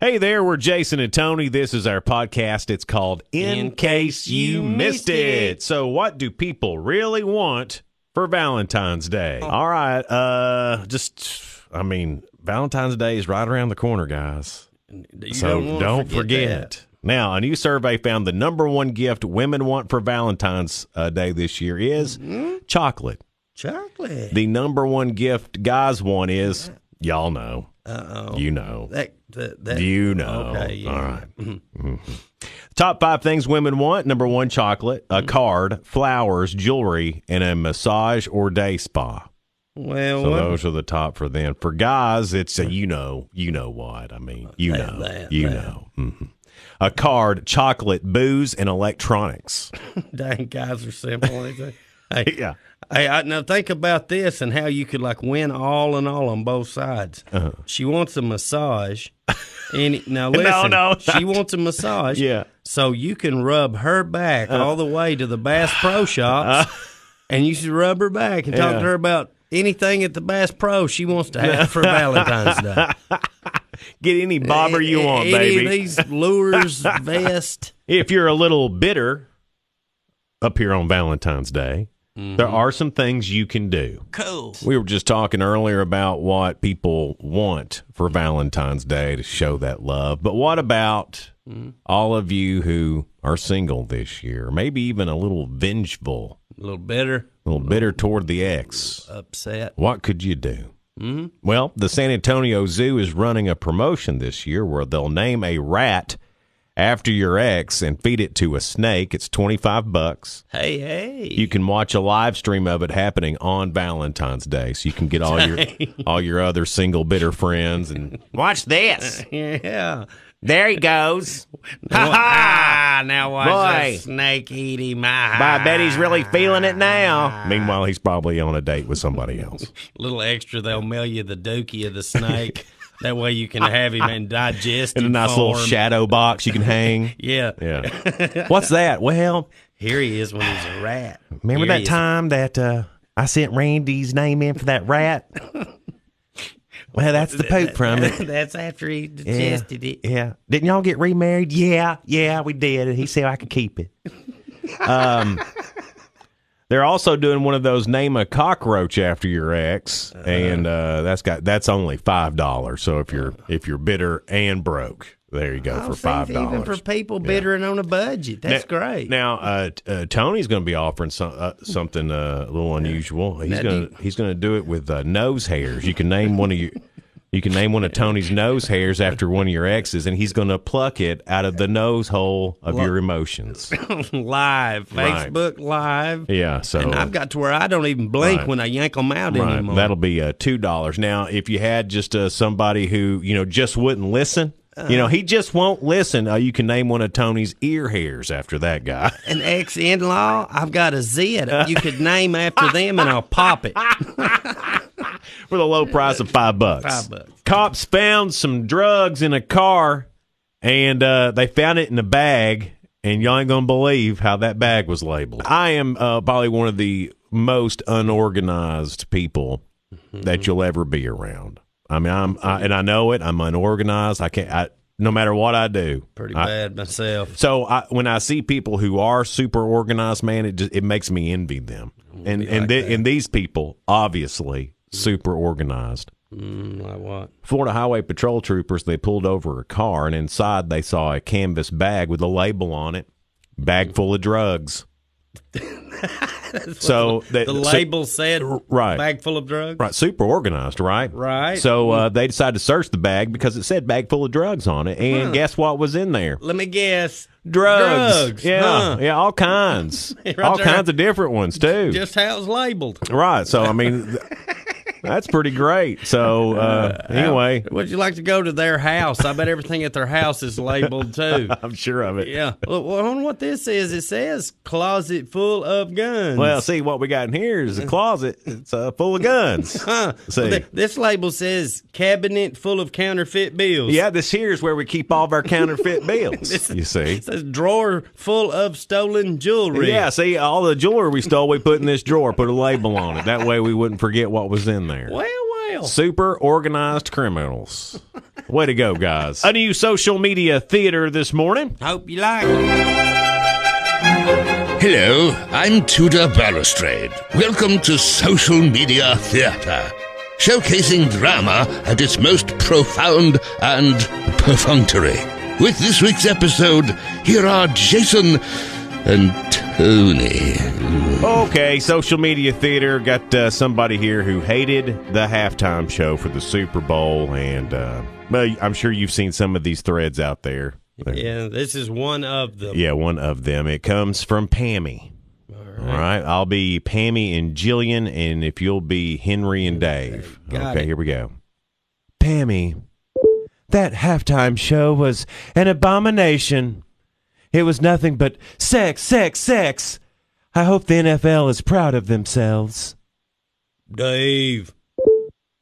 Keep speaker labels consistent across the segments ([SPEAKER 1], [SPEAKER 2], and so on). [SPEAKER 1] Hey there, we're Jason and Tony. This is our podcast. It's called In,
[SPEAKER 2] In
[SPEAKER 1] Case You Missed it. So, what do people really want for Valentine's Day? All right, uh just I mean, Valentine's Day is right around the corner, guys.
[SPEAKER 2] You
[SPEAKER 1] so
[SPEAKER 2] wanna
[SPEAKER 1] don't, forget. Now, a new survey found the number one gift women want for Valentine's uh, Day this year is chocolate.
[SPEAKER 2] that. chocolate.
[SPEAKER 1] The number one gift guys want is y'all know,
[SPEAKER 2] Uh oh.
[SPEAKER 1] you know.
[SPEAKER 2] That, that, that,
[SPEAKER 1] You know.
[SPEAKER 2] Okay, yeah. Mm-hmm.
[SPEAKER 1] All right. Mhm. Top five things women want number one, chocolate, a
[SPEAKER 2] Mm-hmm.
[SPEAKER 1] card, flowers, jewelry, and a massage or day spa.
[SPEAKER 2] Well,
[SPEAKER 1] So
[SPEAKER 2] what-
[SPEAKER 1] those are the top for them. For guys, it's a you know, you know what. I mean, you
[SPEAKER 2] That-
[SPEAKER 1] know,
[SPEAKER 2] that-
[SPEAKER 1] you
[SPEAKER 2] that.
[SPEAKER 1] know. Mhm. A card, chocolate, booze, and electronics.
[SPEAKER 2] dang guys are simple. ain't they? hey,
[SPEAKER 1] Yeah.
[SPEAKER 2] hey, I, now think about this and how you could like win all and all on both sides. She wants a massage. And now listen,
[SPEAKER 1] Uh-huh. no,
[SPEAKER 2] she wants a massage.
[SPEAKER 1] Yeah. Uh-huh.
[SPEAKER 2] So you can rub her back all the way to the Bass Pro Shops, and you should rub her back and talk
[SPEAKER 1] Yeah.
[SPEAKER 2] to her about anything at the Bass Pro she wants to have for Valentine's Day.
[SPEAKER 1] Get any bobber you want,
[SPEAKER 2] Any
[SPEAKER 1] baby.
[SPEAKER 2] of these lures, vest.
[SPEAKER 1] if you're a little bitter up here on Valentine's Day, there
[SPEAKER 2] Mm-hmm.
[SPEAKER 1] are some things you can do.
[SPEAKER 2] Cool.
[SPEAKER 1] We were just talking earlier about what people want for Valentine's Day to show that love. But what about all of you who are single this year? Maybe even a little vengeful,
[SPEAKER 2] A little bitter,
[SPEAKER 1] a little bitter toward the ex.
[SPEAKER 2] upset.
[SPEAKER 1] What could you do? mm Well, the San Antonio Zoo is running a promotion this year where they'll name a rat after your ex and feed it to a snake. It's 25 bucks.
[SPEAKER 2] Hey, hey.
[SPEAKER 1] You can watch a live stream of it happening on Valentine's Day so you can get all your all your other single bitter friends and watch this.
[SPEAKER 2] yeah.
[SPEAKER 1] There he goes.
[SPEAKER 2] ah, now watch
[SPEAKER 1] Boy.
[SPEAKER 2] that snake eat him. Ah.
[SPEAKER 1] I bet he's really feeling it now. Meanwhile, he's probably on a date with somebody else.
[SPEAKER 2] little extra, they'll mail you the dookie of the snake. that way you can have him in digestive
[SPEAKER 1] In a nice little
[SPEAKER 2] form.
[SPEAKER 1] shadow box you can hang.
[SPEAKER 2] Yeah.
[SPEAKER 1] Yeah. What's that? Well,
[SPEAKER 2] Here he is when he's a rat.
[SPEAKER 1] Remember
[SPEAKER 2] Here
[SPEAKER 1] that
[SPEAKER 2] he is.
[SPEAKER 1] time that uh, I sent Randy's name in for that rat? well, that's the poop from it.
[SPEAKER 2] That's after he
[SPEAKER 1] Yeah.
[SPEAKER 2] digested it.
[SPEAKER 1] yeah. Didn't y'all get remarried? Yeah. Yeah, we did. He said I could keep it. Um, they're also doing one of those name a cockroach after your ex,
[SPEAKER 2] Uh-huh.
[SPEAKER 1] and uh, that's got that's only five dollars. So if you're if you're bitter and broke, there you go
[SPEAKER 2] I
[SPEAKER 1] for
[SPEAKER 2] don't
[SPEAKER 1] five
[SPEAKER 2] think Oh, Even for
[SPEAKER 1] dollars.
[SPEAKER 2] people bittering on a budget. That's
[SPEAKER 1] Now-
[SPEAKER 2] great.
[SPEAKER 1] Now uh, t- uh, Tony's going to be offering some, uh, something uh, a little unusual. He's
[SPEAKER 2] Now, do
[SPEAKER 1] going to he's going to do it with uh, nose hairs. You can name one of your you can name one of Tony's nose hairs after one of your exes, and he's going to pluck it out of the nose hole of your emotions.
[SPEAKER 2] live,
[SPEAKER 1] Right.
[SPEAKER 2] Facebook Live.
[SPEAKER 1] Yeah, so
[SPEAKER 2] And I've got to where I don't even blink
[SPEAKER 1] Right.
[SPEAKER 2] when I yank them out
[SPEAKER 1] right,
[SPEAKER 2] anymore.
[SPEAKER 1] that'll be uh, two dollars. Now, if you had just uh, somebody who you know just wouldn't listen. You
[SPEAKER 2] Uh-huh.
[SPEAKER 1] know, he just won't listen. Uh, you can name one of Tony's ear hairs after that guy.
[SPEAKER 2] An ex in law, I've got a Z that you could name after them and I'll pop it.
[SPEAKER 1] for the low price of five bucks.
[SPEAKER 2] Five bucks.
[SPEAKER 1] Cops found some drugs in a car, and uh, they found it in a bag. And y'all ain't gonna believe how that bag was labeled. I am uh, probably one of the most unorganized people
[SPEAKER 2] Mm-hmm.
[SPEAKER 1] that you'll ever be around. I mean, I'm I, and I know it. I'm unorganized. I can't. I, no matter what I do,
[SPEAKER 2] Pretty
[SPEAKER 1] I-
[SPEAKER 2] bad myself.
[SPEAKER 1] so I, when I see people who are super organized, man, it just, it makes me envy them. And and the, and these people obviously
[SPEAKER 2] Mm-hmm.
[SPEAKER 1] super organized.
[SPEAKER 2] Mm, like what?
[SPEAKER 1] Florida Highway Patrol troopers they pulled over a car and inside they saw a canvas bag with a label on it, bag full of drugs. so they,
[SPEAKER 2] The
[SPEAKER 1] Eh, so-
[SPEAKER 2] label said
[SPEAKER 1] right.
[SPEAKER 2] bag full of drugs.
[SPEAKER 1] Right, super organized, right?
[SPEAKER 2] Right.
[SPEAKER 1] So uh, they decided to search the bag because it said bag full of drugs on it, and guess what was in there?
[SPEAKER 2] Let me guess.
[SPEAKER 1] drugs.
[SPEAKER 2] Drugs,
[SPEAKER 1] Yeah,
[SPEAKER 2] huh.
[SPEAKER 1] yeah, all kinds,
[SPEAKER 2] Right
[SPEAKER 1] all
[SPEAKER 2] there.
[SPEAKER 1] kinds of different ones too.
[SPEAKER 2] Just how it's labeled.
[SPEAKER 1] right. So I mean, th- that's pretty great. So uh, anyway,
[SPEAKER 2] Would you like to go to their house? I bet everything at their house is labeled too.
[SPEAKER 1] I'm sure of it.
[SPEAKER 2] Yeah. Well, well, I wonder what this is. It says closet full of guns.
[SPEAKER 1] Well, see what we got in here is a closet. It's uh, full of guns.
[SPEAKER 2] Huh.
[SPEAKER 1] See.
[SPEAKER 2] Th- this label says cabinet full of counterfeit bills.
[SPEAKER 1] Yeah, this here is where we keep all of our counterfeit bills. You see.
[SPEAKER 2] It says drawer full of stolen jewelry.
[SPEAKER 1] Yeah, see, all the jewelry we stole, we put in this drawer, put a label on it. That way, we wouldn't forget what was in there.
[SPEAKER 2] Well, well.
[SPEAKER 1] Super organized criminals. Way to go, guys. A new social media theater this morning.
[SPEAKER 2] Hope you like it.
[SPEAKER 3] Hello, I'm Tudor Balustrade. Welcome to Social Media Theatre, showcasing drama at its most profound and perfunctory. With this week's episode, here are Jason and Tony.
[SPEAKER 1] Okay, social media theater. Got uh, somebody here who hated the halftime show for the Super Bowl, and uh, well, I'm sure you've seen some of these threads out there. They're-
[SPEAKER 2] Yeah, this is one of them.
[SPEAKER 1] Yeah, one of them. It comes from Pammy. All right. I'll be Pammy and Jillian, and if you'll be Henry and Dave.
[SPEAKER 2] Got
[SPEAKER 1] okay,
[SPEAKER 2] it.
[SPEAKER 1] here we go. Pammy, that halftime show was an abomination. It was nothing but sex, sex, sex. I hope the NFL is proud of themselves.
[SPEAKER 2] Dave,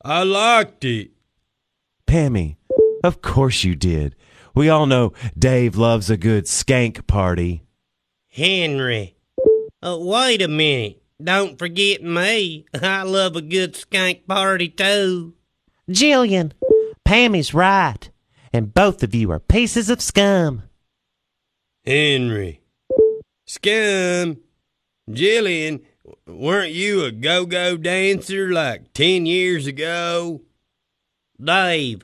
[SPEAKER 2] I liked it.
[SPEAKER 1] Pammy, of course you did. We all know Dave loves a good skank party.
[SPEAKER 2] Henry, oh, wait a minute. Don't forget me. I love a good skank party, too.
[SPEAKER 4] Jillian, Pammy's right, and both of you are pieces of scum.
[SPEAKER 2] Henry, Scum, Jillian, weren't you a go go dancer like 10 years ago? Dave,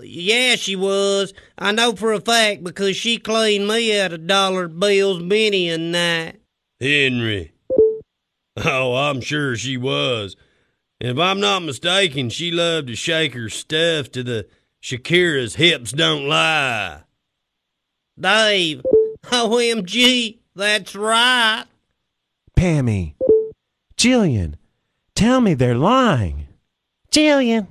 [SPEAKER 2] yeah, she was. I know for a fact because she cleaned me out of dollar bills many a night. Henry, oh, I'm sure she was. If I'm not mistaken, she loved to shake her stuff to the Shakira's hips don't lie. Dave. OMG, that's right.
[SPEAKER 1] Pammy, Jillian, tell me they're lying.
[SPEAKER 4] Jillian,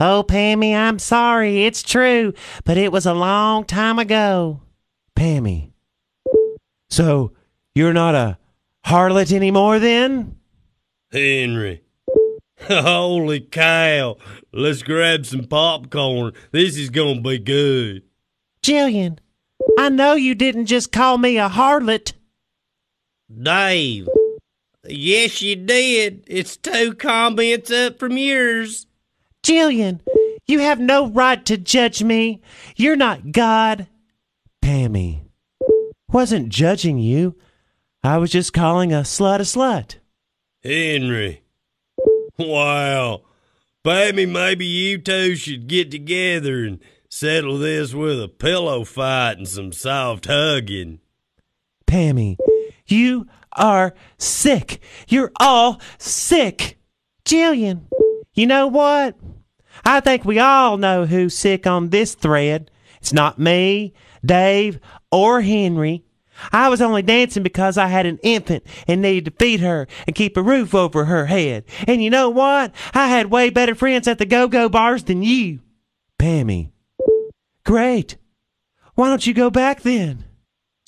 [SPEAKER 4] oh, Pammy, I'm sorry, it's true, but it was a long time ago.
[SPEAKER 1] Pammy. So you're not a harlot anymore then?
[SPEAKER 2] Henry. Holy cow. Let's grab some popcorn. This is going to be good.
[SPEAKER 4] Jillian, I know you didn't just call me a harlot.
[SPEAKER 2] Dave. Yes, you did. It's two comments up from yours.
[SPEAKER 4] Jillian, you have no right to judge me. You're not God.
[SPEAKER 1] Pammy. Wasn't judging you. I was just calling a slut a slut.
[SPEAKER 2] Henry. Wow. Baby, maybe you two should get together and settle this with a pillow fight and some soft hugging.
[SPEAKER 1] Pammy, you are sick. You're all sick.
[SPEAKER 4] Jillian, you know what? I think we all know who's sick on this thread. It's not me, Dave, or Henry. I was only dancing because I had an infant and needed to feed her and keep a roof over her head. And you know what? I had way better friends at the go go bars than you.
[SPEAKER 1] Pammy.
[SPEAKER 4] Great. Why don't you go back then?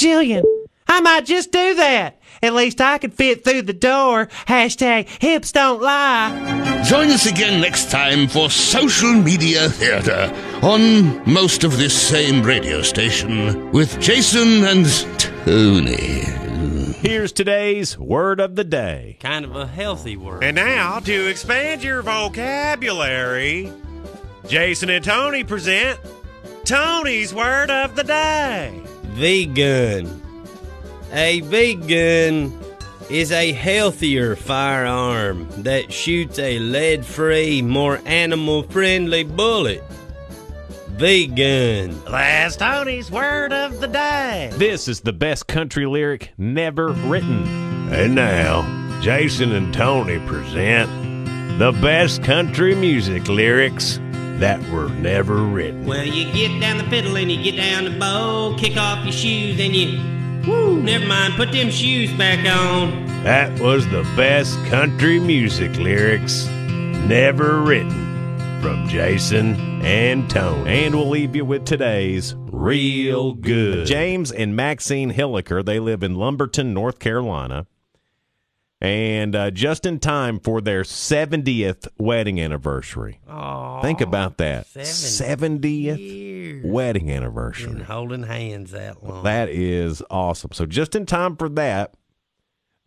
[SPEAKER 4] Jillian, I might just do that. At least I could fit through the door. Hashtag hips don't lie.
[SPEAKER 3] Join us again next time for Social Media Theatre on most of this same radio station with Jason and Tony.
[SPEAKER 1] Here's today's word of the day.
[SPEAKER 2] Kind of a healthy word.
[SPEAKER 1] And now, to expand your vocabulary, Jason and Tony present Tony's word of the day.
[SPEAKER 2] vegan. A vegan is a healthier firearm that shoots a lead free, more animal friendly bullet. Vegan.
[SPEAKER 1] Last Tony's word of the day. This is the best country lyric never written. And now, Jason and Tony present the best country music lyrics that were never written.
[SPEAKER 2] Well, you get down the fiddle and you get down the bow, kick off your shoes and you. Woo, never mind, put them shoes back on.
[SPEAKER 1] That was the best country music lyrics never written from Jason and Tony. And we'll leave you with today's real good. James and Maxine Hilliker, they live in Lumberton, North Carolina. And uh, just in time for their 70th wedding anniversary. Think about that. 70th wedding anniversary.
[SPEAKER 2] holding hands that long.
[SPEAKER 1] That is awesome. So just in time for that,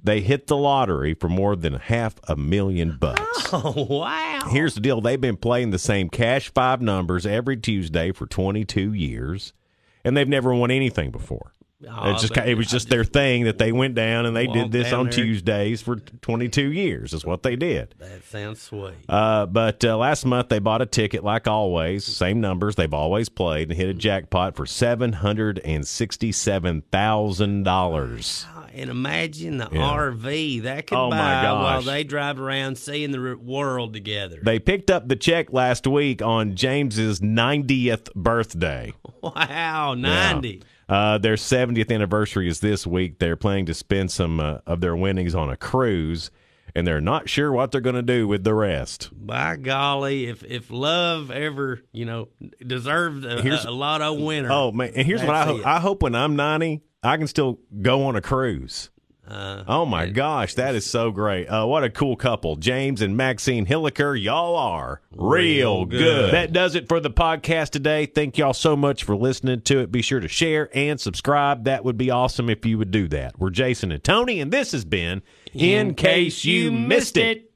[SPEAKER 1] They hit the lottery for more than half a million bucks.
[SPEAKER 2] Oh, wow.
[SPEAKER 1] Here's the deal they've been playing the same cash five numbers every Tuesday for 22 years, and they've never won anything before.
[SPEAKER 2] Aw,
[SPEAKER 1] it's just
[SPEAKER 2] but
[SPEAKER 1] it was
[SPEAKER 2] I
[SPEAKER 1] just their thing that they went down and they did
[SPEAKER 2] Walked
[SPEAKER 1] this
[SPEAKER 2] down
[SPEAKER 1] on
[SPEAKER 2] there.
[SPEAKER 1] Tuesdays for 22 years. Is what they did.
[SPEAKER 2] That sounds sweet.
[SPEAKER 1] Uh, but uh, last month they bought a ticket, like always, same numbers they've always played, and hit a jackpot for seven hundred and sixty-seven thousand dollars.
[SPEAKER 2] Ah, And imagine the RV that could
[SPEAKER 1] Oh, my
[SPEAKER 2] buy while
[SPEAKER 1] gosh.
[SPEAKER 2] they drive around seeing the r- world together.
[SPEAKER 1] They picked up the check last week on James's ninetieth birthday.
[SPEAKER 2] wow, 90.
[SPEAKER 1] Uh, their 70th anniversary is this week. They're planning to spend some uh, of their winnings on a cruise, and they're not sure what they're going to do with the rest.
[SPEAKER 2] By golly, if if love ever, you know, deserved a,
[SPEAKER 1] Here's-
[SPEAKER 2] a, a lotto winner.
[SPEAKER 1] Oh man! And here's what I
[SPEAKER 2] That's
[SPEAKER 1] hope.
[SPEAKER 2] it.
[SPEAKER 1] I hope when I'm 90, I can still go on a cruise.
[SPEAKER 2] Uh,
[SPEAKER 1] Oh my gosh, that is so great! Uh, what a cool couple, James and Maxine Hilliker. Y'all are real good. That does it for the podcast today. Thank y'all so much for listening to it. Be sure to share and subscribe. That would be awesome if you would do that. We're Jason and Tony, and this has been In, Case You Missed it.